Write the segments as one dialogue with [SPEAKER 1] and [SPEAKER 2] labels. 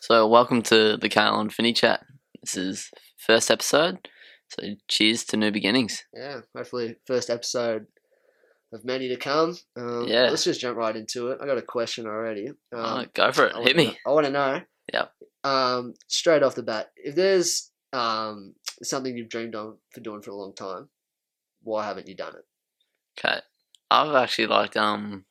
[SPEAKER 1] So, welcome to the Kyle and Finney chat. This is first episode. So, cheers to new beginnings.
[SPEAKER 2] Yeah, hopefully first episode of many to come. Um,
[SPEAKER 1] Yeah.
[SPEAKER 2] Let's just jump right into it. I got a question already. Um,
[SPEAKER 1] Uh, go for it.
[SPEAKER 2] I
[SPEAKER 1] Hit
[SPEAKER 2] wanna-
[SPEAKER 1] me.
[SPEAKER 2] I want to know.
[SPEAKER 1] Yep.
[SPEAKER 2] Um, straight off the bat, if there's um something you've dreamed on for doing for a long time, why haven't you done it?
[SPEAKER 1] Okay. I've actually liked um,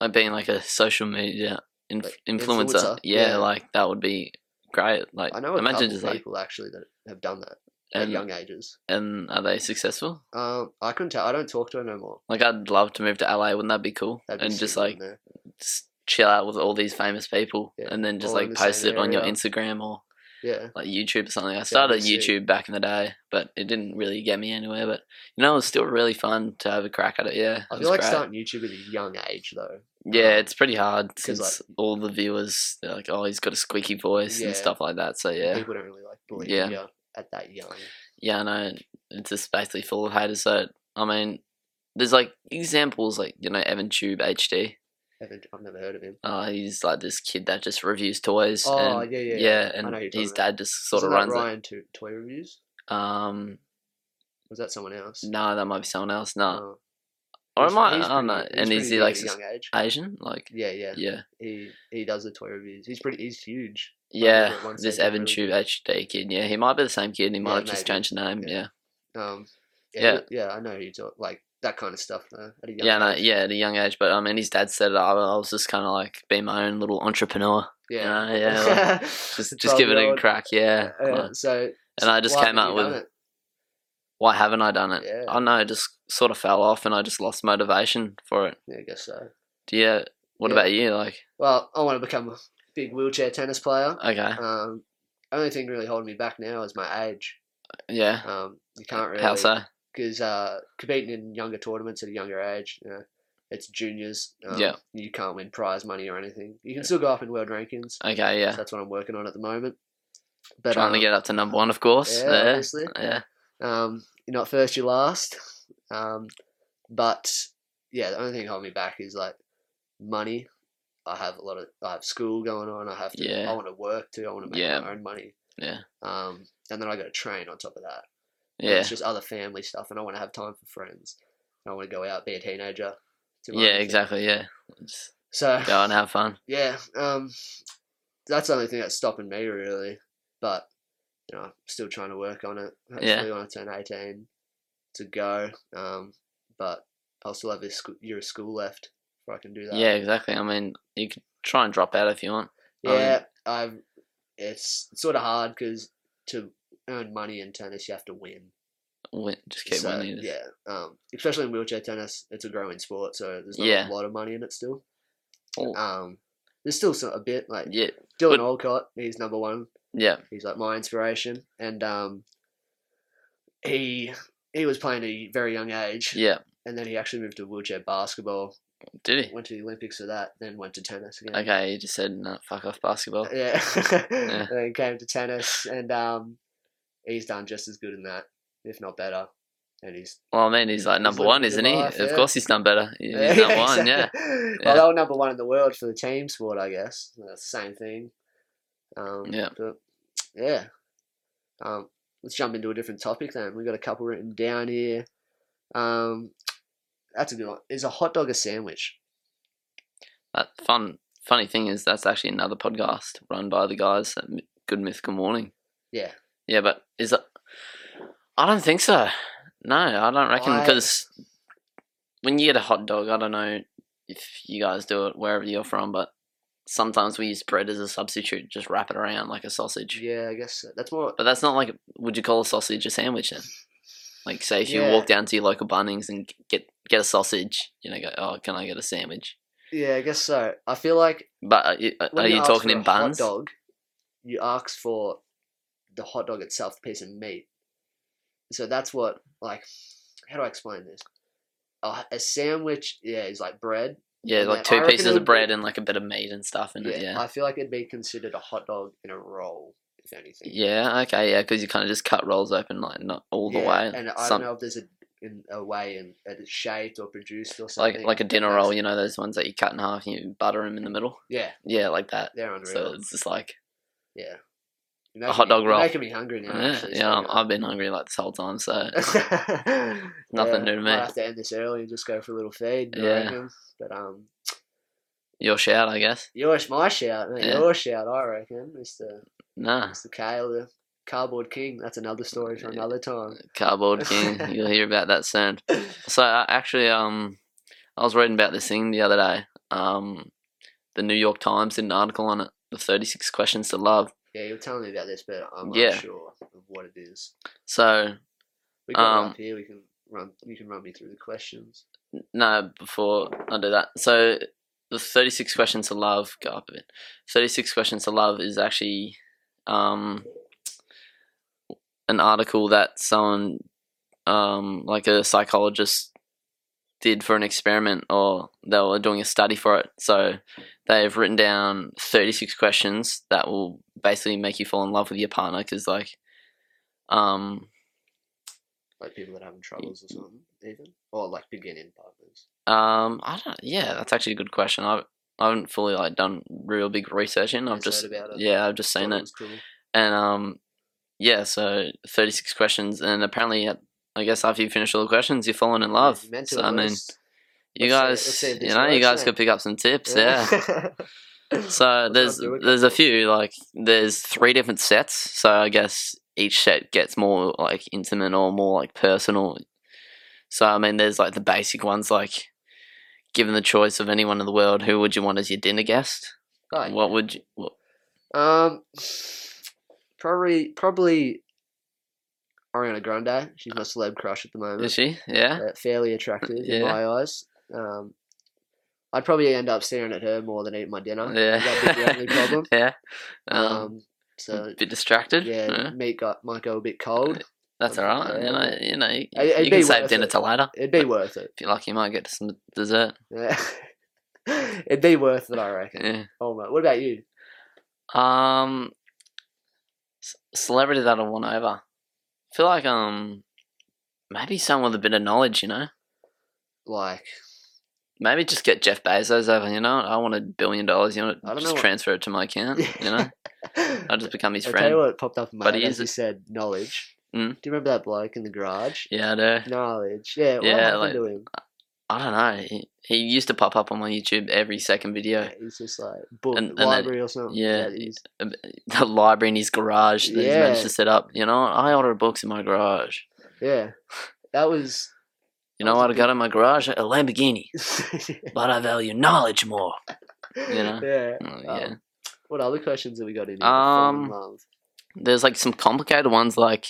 [SPEAKER 1] like being like a social media inf-
[SPEAKER 2] Like,
[SPEAKER 1] influencer.
[SPEAKER 2] influencer,
[SPEAKER 1] Yeah,
[SPEAKER 2] yeah.
[SPEAKER 1] like that would be great. Like,
[SPEAKER 2] I know a
[SPEAKER 1] imagine
[SPEAKER 2] couple
[SPEAKER 1] just like,
[SPEAKER 2] people actually that have done that at
[SPEAKER 1] and,
[SPEAKER 2] young ages.
[SPEAKER 1] and are they successful?
[SPEAKER 2] Um, I couldn't tell. I don't talk to her no more.
[SPEAKER 1] Like, I'd love to move to LA. Wouldn't that be cool?
[SPEAKER 2] That'd be
[SPEAKER 1] and just
[SPEAKER 2] sick,
[SPEAKER 1] like
[SPEAKER 2] wouldn't it?
[SPEAKER 1] just chill out with all these famous people
[SPEAKER 2] Yeah,
[SPEAKER 1] and then just
[SPEAKER 2] all in
[SPEAKER 1] like
[SPEAKER 2] the
[SPEAKER 1] post
[SPEAKER 2] same
[SPEAKER 1] it on your
[SPEAKER 2] area.
[SPEAKER 1] Instagram or
[SPEAKER 2] yeah,
[SPEAKER 1] like YouTube or something. I started
[SPEAKER 2] sick.
[SPEAKER 1] YouTube back in the day, but it didn't really get me anywhere. But you know, it was still really fun to have a crack at it. Yeah, it
[SPEAKER 2] I
[SPEAKER 1] was
[SPEAKER 2] feel like
[SPEAKER 1] great.
[SPEAKER 2] starting YouTube at a young age though.
[SPEAKER 1] yeah, it's pretty hard
[SPEAKER 2] 'cause,
[SPEAKER 1] since
[SPEAKER 2] like-
[SPEAKER 1] all the viewers they're like, oh, he's got a squeaky voice
[SPEAKER 2] Yeah.
[SPEAKER 1] and stuff like that. So yeah,
[SPEAKER 2] people don't really like believe
[SPEAKER 1] Yeah.
[SPEAKER 2] you at that young.
[SPEAKER 1] yeah, I know it's just basically full of haters. So I mean, there's like examples like you know Evan Tube HD.
[SPEAKER 2] Haven't- I've never heard of him.
[SPEAKER 1] Uh, he's like this kid that just reviews toys.
[SPEAKER 2] Oh,
[SPEAKER 1] and,
[SPEAKER 2] yeah, yeah, yeah. I know
[SPEAKER 1] and
[SPEAKER 2] who you're talking
[SPEAKER 1] his
[SPEAKER 2] about.
[SPEAKER 1] dad just sort
[SPEAKER 2] Isn't
[SPEAKER 1] of
[SPEAKER 2] that
[SPEAKER 1] runs it.
[SPEAKER 2] Ryan to toy reviews.
[SPEAKER 1] Um,
[SPEAKER 2] Was that someone else?
[SPEAKER 1] no, that might be someone else. No,
[SPEAKER 2] Oh.
[SPEAKER 1] or it
[SPEAKER 2] He's-
[SPEAKER 1] might.
[SPEAKER 2] he's
[SPEAKER 1] I don't know.
[SPEAKER 2] pretty- he's
[SPEAKER 1] And
[SPEAKER 2] pretty
[SPEAKER 1] is
[SPEAKER 2] big
[SPEAKER 1] he
[SPEAKER 2] at
[SPEAKER 1] like
[SPEAKER 2] a young age?
[SPEAKER 1] Asian? Like,
[SPEAKER 2] Yeah, yeah,
[SPEAKER 1] yeah,
[SPEAKER 2] He he does the toy reviews. He's pretty. He's huge.
[SPEAKER 1] yeah.
[SPEAKER 2] at one
[SPEAKER 1] This
[SPEAKER 2] stage, I
[SPEAKER 1] Evan Tube HD kid. Yeah, he might be the same kid. and He might
[SPEAKER 2] Yeah,
[SPEAKER 1] have just
[SPEAKER 2] maybe.
[SPEAKER 1] changed the name.
[SPEAKER 2] Yeah.
[SPEAKER 1] Yeah,
[SPEAKER 2] Um. Yeah.
[SPEAKER 1] Yeah.
[SPEAKER 2] he- yeah I know who you talk like that kind of stuff. Though, at a young
[SPEAKER 1] yeah, no,
[SPEAKER 2] age.
[SPEAKER 1] yeah. At a young age, but I mean, his dad set it up. I was just kind of like being my own little entrepreneur.
[SPEAKER 2] yeah.
[SPEAKER 1] You know? Yeah, like, just just give it a
[SPEAKER 2] Twelve-year-old.
[SPEAKER 1] crack. Yeah.
[SPEAKER 2] Yeah,
[SPEAKER 1] like,
[SPEAKER 2] so.
[SPEAKER 1] and I just
[SPEAKER 2] why
[SPEAKER 1] came
[SPEAKER 2] haven't
[SPEAKER 1] out
[SPEAKER 2] you done
[SPEAKER 1] with
[SPEAKER 2] it?
[SPEAKER 1] why haven't I done it?
[SPEAKER 2] Yeah.
[SPEAKER 1] I don't know. It just sort of fell off, and I just lost motivation for it.
[SPEAKER 2] Yeah, I guess so.
[SPEAKER 1] Yeah. What
[SPEAKER 2] Yeah.
[SPEAKER 1] about you? Like,
[SPEAKER 2] Well, I want to become a big wheelchair tennis player.
[SPEAKER 1] okay,
[SPEAKER 2] Um, only thing really holding me back now is my age.
[SPEAKER 1] yeah.
[SPEAKER 2] Um, you can't really.
[SPEAKER 1] How so?
[SPEAKER 2] because uh, competing in younger tournaments at a younger age, you know, it's juniors. Um,
[SPEAKER 1] Yeah.
[SPEAKER 2] You can't win prize money or anything. You can still go up in world rankings.
[SPEAKER 1] Okay, Uh, yeah.
[SPEAKER 2] So that's what I'm working on at the moment. But,
[SPEAKER 1] Trying to
[SPEAKER 2] um,
[SPEAKER 1] get up to number one, of course.
[SPEAKER 2] yeah,
[SPEAKER 1] Yeah,
[SPEAKER 2] obviously.
[SPEAKER 1] yeah.
[SPEAKER 2] Um, you're not first, you're last. Um, but yeah, the only thing holding me back is like money. I have a lot of I have school going on. I have to.
[SPEAKER 1] Yeah.
[SPEAKER 2] I want to work too. I want to make
[SPEAKER 1] Yeah.
[SPEAKER 2] my own money.
[SPEAKER 1] Yeah.
[SPEAKER 2] Um, and then I got to train on top of that.
[SPEAKER 1] Yeah,
[SPEAKER 2] It's just other family stuff, and I want to have time for friends. And I want to go out, be a teenager. do my
[SPEAKER 1] yeah,
[SPEAKER 2] own thing.
[SPEAKER 1] exactly. Yeah, Just
[SPEAKER 2] So
[SPEAKER 1] go and have fun.
[SPEAKER 2] yeah, um, that's the only thing that's stopping me really. But you know, I'm still trying to work on it. Hopefully,
[SPEAKER 1] Yeah.
[SPEAKER 2] when I turn eighteen, to go. Um, but I'll still have this sc- year of school left before I can do that.
[SPEAKER 1] Yeah, exactly. I mean, you could try and drop out if you want. I mean-
[SPEAKER 2] yeah. I've. It's sort of hard because to earn money in tennis, you have to win.
[SPEAKER 1] Win, just keep
[SPEAKER 2] so,
[SPEAKER 1] winning.
[SPEAKER 2] Yeah, um, especially in wheelchair tennis, it's a growing sport, so there's not
[SPEAKER 1] Yeah.
[SPEAKER 2] a lot of money in it still.
[SPEAKER 1] Oh,
[SPEAKER 2] Um, there's still so- a bit like
[SPEAKER 1] yeah,
[SPEAKER 2] Dylan
[SPEAKER 1] but-
[SPEAKER 2] Olcott, he's number one.
[SPEAKER 1] yeah,
[SPEAKER 2] He's like my inspiration, and um, he he was playing at a very young age,
[SPEAKER 1] yeah.
[SPEAKER 2] and then he actually moved to wheelchair basketball.
[SPEAKER 1] Did he?
[SPEAKER 2] Went to the Olympics for that, then went to tennis again.
[SPEAKER 1] Okay, you just said no. Fuck off, basketball.
[SPEAKER 2] Yeah, and then came to tennis, and um, he's done just as good in that, if not better. And he's
[SPEAKER 1] Well, I mean, he's like
[SPEAKER 2] He's
[SPEAKER 1] number
[SPEAKER 2] living
[SPEAKER 1] one,
[SPEAKER 2] the
[SPEAKER 1] isn't he?
[SPEAKER 2] life,
[SPEAKER 1] Of
[SPEAKER 2] yeah.
[SPEAKER 1] course, he's done better. He's
[SPEAKER 2] Yeah,
[SPEAKER 1] number one.
[SPEAKER 2] exactly.
[SPEAKER 1] Yeah,
[SPEAKER 2] Well,
[SPEAKER 1] Yeah.
[SPEAKER 2] they were number one in the world for the team sport, I guess. That's the same thing. Um,
[SPEAKER 1] Yeah.
[SPEAKER 2] But, yeah. Um, let's jump into a different topic then. We've got a couple written down here. Um, that's a good one. Is a hot dog a sandwich?
[SPEAKER 1] that fun. Funny thing is, that's actually another podcast run by the guys at Mi- Good Mythical Morning.
[SPEAKER 2] Yeah.
[SPEAKER 1] Yeah, but is that? I don't think so. No, I don't reckon
[SPEAKER 2] I-
[SPEAKER 1] because when you get a hot dog, I don't know if you guys do it wherever you're from, but sometimes we use bread as a substitute, just wrap it around like a sausage.
[SPEAKER 2] Yeah, I guess so. that's more.
[SPEAKER 1] But that's not like would you call a sausage a sandwich then? Like say if
[SPEAKER 2] Yeah.
[SPEAKER 1] you walk down to your local Bunnings and g- get get a sausage, you know, go oh can I get a sandwich?
[SPEAKER 2] Yeah, I guess so. I feel like
[SPEAKER 1] But are you,
[SPEAKER 2] when
[SPEAKER 1] are you
[SPEAKER 2] ask
[SPEAKER 1] talking
[SPEAKER 2] for
[SPEAKER 1] in
[SPEAKER 2] a hot
[SPEAKER 1] buns?
[SPEAKER 2] dog, you ask for the hot dog itself, the piece of meat. So that's what like. How do I explain this? A, a sandwich, yeah, is like bread.
[SPEAKER 1] Yeah,
[SPEAKER 2] Yeah,
[SPEAKER 1] like
[SPEAKER 2] I
[SPEAKER 1] two
[SPEAKER 2] reckon it
[SPEAKER 1] pieces
[SPEAKER 2] would
[SPEAKER 1] of
[SPEAKER 2] be-
[SPEAKER 1] bread and like a bit of meat and stuff in it. Yeah.
[SPEAKER 2] I feel like it'd be considered a hot dog in a roll, if anything.
[SPEAKER 1] Yeah, okay, yeah, because you kind of just cut rolls open, like not all the
[SPEAKER 2] Yeah,
[SPEAKER 1] way.
[SPEAKER 2] And I
[SPEAKER 1] Some-
[SPEAKER 2] don't know if there's a in a way and that it's shaped or produced or
[SPEAKER 1] Like
[SPEAKER 2] something.
[SPEAKER 1] like a dinner roll, you know, those ones that you cut in half and you butter them in the middle.
[SPEAKER 2] yeah,
[SPEAKER 1] Yeah, like that.
[SPEAKER 2] they're unreal.
[SPEAKER 1] So it's just like
[SPEAKER 2] yeah,
[SPEAKER 1] A hot dog roll.
[SPEAKER 2] Making me hungry now.
[SPEAKER 1] eh, yeah,
[SPEAKER 2] actually,
[SPEAKER 1] yeah.
[SPEAKER 2] so-
[SPEAKER 1] I've been hungry like this whole time, so
[SPEAKER 2] nothing
[SPEAKER 1] new to me.
[SPEAKER 2] I have to end this early and just go for a little feed. Yeah.
[SPEAKER 1] Yeah.
[SPEAKER 2] But um,
[SPEAKER 1] your shout, I guess.
[SPEAKER 2] yours, my shout, mate,
[SPEAKER 1] Yeah.
[SPEAKER 2] your shout. I reckon, Mister
[SPEAKER 1] Nah,
[SPEAKER 2] Mister Kale, the cardboard king. That's another story for
[SPEAKER 1] Yeah.
[SPEAKER 2] another time.
[SPEAKER 1] cardboard king. You'll hear about that soon. So uh, actually, um, I was reading about this thing the other day. Um, the New York Times did an article on it. The 36 questions to love.
[SPEAKER 2] Yeah, you're telling me about this, but I'm
[SPEAKER 1] Yeah.
[SPEAKER 2] unsure of what it is.
[SPEAKER 1] So
[SPEAKER 2] We got it
[SPEAKER 1] Um,
[SPEAKER 2] up here. We can run. You can run me through the questions.
[SPEAKER 1] No, before I do that. So the 36 questions to love, go up a bit. 36 questions to love is actually um, an article that someone, um, like a psychologist, did for an experiment or they were doing a study for it. So they've written down 36 questions that will basically make you fall in love with your partner because, like, um,
[SPEAKER 2] Like people that are having troubles or something, even or like beginning partners.
[SPEAKER 1] Um, I don't. Yeah, that's actually a good question. I I haven't fully like done real big research in. I've
[SPEAKER 2] Just
[SPEAKER 1] just
[SPEAKER 2] heard about it.
[SPEAKER 1] yeah, I've just
[SPEAKER 2] Thought
[SPEAKER 1] seen
[SPEAKER 2] it
[SPEAKER 1] it,
[SPEAKER 2] was cool.
[SPEAKER 1] and um, yeah. So thirty six questions, and apparently, uh, I guess after you finish all the questions, you're falling in love.
[SPEAKER 2] You meant to
[SPEAKER 1] So I
[SPEAKER 2] at
[SPEAKER 1] mean,
[SPEAKER 2] least.
[SPEAKER 1] you
[SPEAKER 2] Let's see-
[SPEAKER 1] guys,
[SPEAKER 2] let's see if
[SPEAKER 1] you
[SPEAKER 2] this
[SPEAKER 1] know, you
[SPEAKER 2] works,
[SPEAKER 1] guys
[SPEAKER 2] eh?
[SPEAKER 1] could pick up some tips. Yeah. So
[SPEAKER 2] Let's
[SPEAKER 1] there's
[SPEAKER 2] not do it
[SPEAKER 1] there's a
[SPEAKER 2] that way.
[SPEAKER 1] few like there's three different sets. So I guess each set gets more like intimate or more like personal. So I mean, there's like the basic ones like given the choice of anyone in the world, who would you want as your dinner guest?
[SPEAKER 2] Right.
[SPEAKER 1] What would you? What,
[SPEAKER 2] Um, probably probably Ariana Grande. She's my celeb crush at the moment.
[SPEAKER 1] is she? Yeah.
[SPEAKER 2] Uh, fairly attractive in
[SPEAKER 1] Yeah.
[SPEAKER 2] my eyes. Um, I'd probably end up staring at her more than eating my dinner.
[SPEAKER 1] Yeah.
[SPEAKER 2] That'd be the only problem.
[SPEAKER 1] yeah.
[SPEAKER 2] Um,
[SPEAKER 1] Um,
[SPEAKER 2] so
[SPEAKER 1] bit distracted.
[SPEAKER 2] yeah,
[SPEAKER 1] uh,
[SPEAKER 2] meat got might go a bit cold.
[SPEAKER 1] that's all right. You know,
[SPEAKER 2] yeah.
[SPEAKER 1] you know, you,
[SPEAKER 2] It- it'd
[SPEAKER 1] you can
[SPEAKER 2] be
[SPEAKER 1] save
[SPEAKER 2] worth
[SPEAKER 1] dinner
[SPEAKER 2] it.
[SPEAKER 1] till later.
[SPEAKER 2] It'd be worth it.
[SPEAKER 1] If you're lucky, you might get some dessert.
[SPEAKER 2] Yeah. It'd be worth it, I reckon.
[SPEAKER 1] Yeah.
[SPEAKER 2] Oh my! What about you?
[SPEAKER 1] Um, c- celebrity that I won over. I feel like um, maybe someone with a bit of knowledge, you know.
[SPEAKER 2] Like,
[SPEAKER 1] Maybe just get Jeff Bezos over. You know, I want a billion dollars. You know,
[SPEAKER 2] I don't
[SPEAKER 1] just
[SPEAKER 2] know what-
[SPEAKER 1] transfer it to my account. You know, I just become his
[SPEAKER 2] I tell you
[SPEAKER 1] friend.
[SPEAKER 2] what popped up in my
[SPEAKER 1] But
[SPEAKER 2] head
[SPEAKER 1] he
[SPEAKER 2] as
[SPEAKER 1] is
[SPEAKER 2] you
[SPEAKER 1] a-
[SPEAKER 2] said knowledge.
[SPEAKER 1] Mm.
[SPEAKER 2] Do you remember that bloke in the garage?
[SPEAKER 1] Yeah, I do.
[SPEAKER 2] Knowledge. Yeah. What
[SPEAKER 1] Yeah,
[SPEAKER 2] happened
[SPEAKER 1] like-
[SPEAKER 2] to him?
[SPEAKER 1] I don't know. He, he used to pop up on my YouTube every second video.
[SPEAKER 2] He's just like book
[SPEAKER 1] And- and then-
[SPEAKER 2] library or something.
[SPEAKER 1] yeah,
[SPEAKER 2] he's-
[SPEAKER 1] The library in his garage that he's managed
[SPEAKER 2] Yeah.
[SPEAKER 1] to set up. You know, I order books in my garage.
[SPEAKER 2] yeah. That was.
[SPEAKER 1] You know
[SPEAKER 2] That's a
[SPEAKER 1] what I got in my garage? A Lamborghini.
[SPEAKER 2] you
[SPEAKER 1] But I value knowledge more. know?
[SPEAKER 2] Yeah.
[SPEAKER 1] Oh,
[SPEAKER 2] Um,
[SPEAKER 1] yeah.
[SPEAKER 2] What other questions have we got in here? to fall in
[SPEAKER 1] Um,
[SPEAKER 2] love?
[SPEAKER 1] there's like some complicated ones like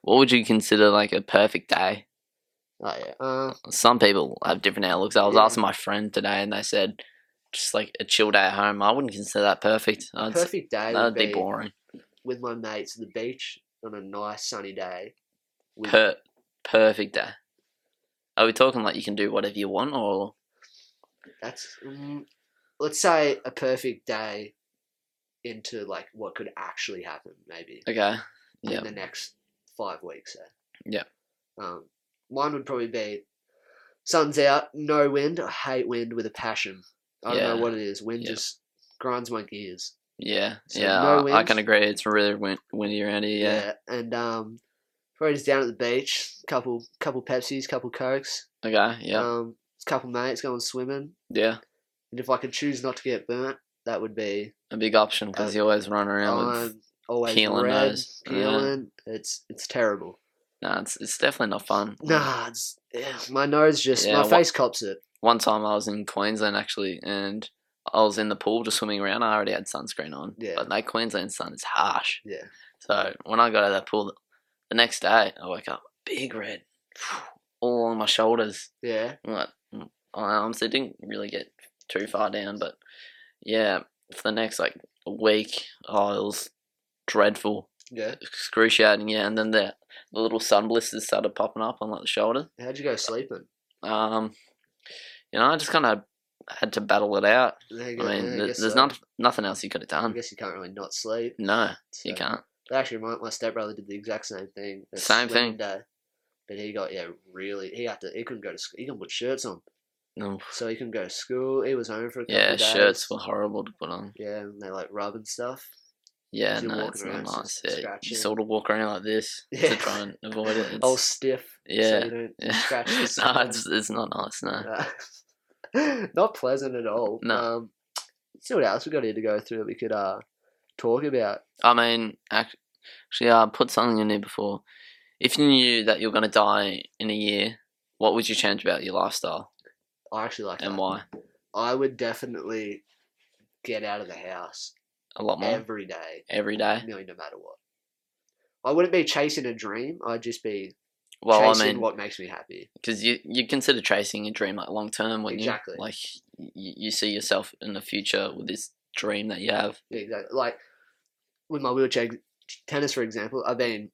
[SPEAKER 1] what would you consider like a perfect day
[SPEAKER 2] Oh yeah. Uh,
[SPEAKER 1] some people have different outlooks i was
[SPEAKER 2] Yeah.
[SPEAKER 1] asking my friend today and they said just like a chill day at home i wouldn't consider that perfect I'd, s-
[SPEAKER 2] perfect day
[SPEAKER 1] that would
[SPEAKER 2] would
[SPEAKER 1] be boring
[SPEAKER 2] with my mates at the beach on a nice sunny day. With,
[SPEAKER 1] per- perfect day are we talking like you can do whatever you want or
[SPEAKER 2] that's mm, let's say a perfect day into like what could actually happen maybe
[SPEAKER 1] okay yeah
[SPEAKER 2] in the next five weeks. Say.
[SPEAKER 1] Yeah.
[SPEAKER 2] Um, mine would probably be sun's out, no wind. I hate wind with a passion. I don't
[SPEAKER 1] Yeah.
[SPEAKER 2] know what it is. Wind
[SPEAKER 1] Yeah.
[SPEAKER 2] just grinds my gears.
[SPEAKER 1] yeah
[SPEAKER 2] So
[SPEAKER 1] yeah I,
[SPEAKER 2] no
[SPEAKER 1] I
[SPEAKER 2] winds?
[SPEAKER 1] can agree it's really win- windy around here yeah,
[SPEAKER 2] And um, probably just down at the beach, couple couple Pepsis, couple Cokes.
[SPEAKER 1] okay yeah
[SPEAKER 2] Um, couple mates going swimming.
[SPEAKER 1] yeah
[SPEAKER 2] And if I could choose not to get burnt, that would be.
[SPEAKER 1] a big option because
[SPEAKER 2] uh,
[SPEAKER 1] you always run around with
[SPEAKER 2] I'm always
[SPEAKER 1] peeling
[SPEAKER 2] red,
[SPEAKER 1] those, yeah.
[SPEAKER 2] peeling. It's it's terrible.
[SPEAKER 1] nah it's, it's definitely not fun
[SPEAKER 2] Nah, it's, yeah, my nose just
[SPEAKER 1] Yeah,
[SPEAKER 2] my
[SPEAKER 1] wha-
[SPEAKER 2] face cops it.
[SPEAKER 1] one time I was in Queensland actually, and I was in the pool just swimming around. I already had sunscreen on,
[SPEAKER 2] Yeah.
[SPEAKER 1] but that Queensland sun is harsh.
[SPEAKER 2] Yeah.
[SPEAKER 1] So when I got out of that pool, the next day I woke up big red, all along my shoulders.
[SPEAKER 2] Yeah,
[SPEAKER 1] I'm Like mm, I honestly didn't really get too far down, but yeah, for the next like week, oh, it was dreadful,
[SPEAKER 2] yeah.
[SPEAKER 1] excruciating. Yeah, and then the the little sun blisters started popping up on like the shoulder.
[SPEAKER 2] How'd you go sleeping?
[SPEAKER 1] Um, you know, I just kind of had to battle it out.
[SPEAKER 2] There you
[SPEAKER 1] I
[SPEAKER 2] go,
[SPEAKER 1] mean,
[SPEAKER 2] yeah,
[SPEAKER 1] th-
[SPEAKER 2] guess uh,
[SPEAKER 1] there's
[SPEAKER 2] so.
[SPEAKER 1] not nothing else you could have
[SPEAKER 2] I
[SPEAKER 1] done.
[SPEAKER 2] guess you can't really not sleep.
[SPEAKER 1] No, you
[SPEAKER 2] so-
[SPEAKER 1] can't.
[SPEAKER 2] Actually, my, my stepbrother did the exact same thing. a
[SPEAKER 1] Same
[SPEAKER 2] swimming
[SPEAKER 1] thing.
[SPEAKER 2] Day. But he got yeah really he had to he couldn't go to school he couldn't put shirts on
[SPEAKER 1] No.
[SPEAKER 2] so he couldn't go to school he was home for a couple
[SPEAKER 1] Mm, Yeah,
[SPEAKER 2] of days
[SPEAKER 1] shirts were horrible to put on.
[SPEAKER 2] yeah and they like rub and stuff
[SPEAKER 1] Yeah,
[SPEAKER 2] You're
[SPEAKER 1] no,
[SPEAKER 2] walking
[SPEAKER 1] it's
[SPEAKER 2] around,
[SPEAKER 1] not nice.
[SPEAKER 2] it's just
[SPEAKER 1] Yeah, you
[SPEAKER 2] scratchy.
[SPEAKER 1] sort of walk around like this
[SPEAKER 2] Yeah.
[SPEAKER 1] to try and avoid it.
[SPEAKER 2] all
[SPEAKER 1] It's-
[SPEAKER 2] stiff so
[SPEAKER 1] yeah,
[SPEAKER 2] you don't
[SPEAKER 1] yeah.
[SPEAKER 2] scratch the
[SPEAKER 1] no,
[SPEAKER 2] skin.
[SPEAKER 1] it's, it's not nice. No.
[SPEAKER 2] Uh, not pleasant at all
[SPEAKER 1] No.
[SPEAKER 2] um, let's see what else we got here to go through that we could uh talk about
[SPEAKER 1] I mean, act- actually, I put something in there before. If you knew that you're going to die in a year, what would you change about your lifestyle
[SPEAKER 2] I actually like
[SPEAKER 1] and
[SPEAKER 2] that.
[SPEAKER 1] why?
[SPEAKER 2] I would definitely get out of the house
[SPEAKER 1] A lot more
[SPEAKER 2] every day,
[SPEAKER 1] every day.
[SPEAKER 2] really, no matter what. I wouldn't be chasing a dream. I'd just be
[SPEAKER 1] Well, I
[SPEAKER 2] chasing
[SPEAKER 1] mean,
[SPEAKER 2] what makes me happy.
[SPEAKER 1] because you you consider tracing a dream like long term, wouldn't
[SPEAKER 2] Exactly.
[SPEAKER 1] you? Like y- you see yourself in the future with this dream that you have.
[SPEAKER 2] Yeah, Exactly. Like with my wheelchair tennis, for example, I've been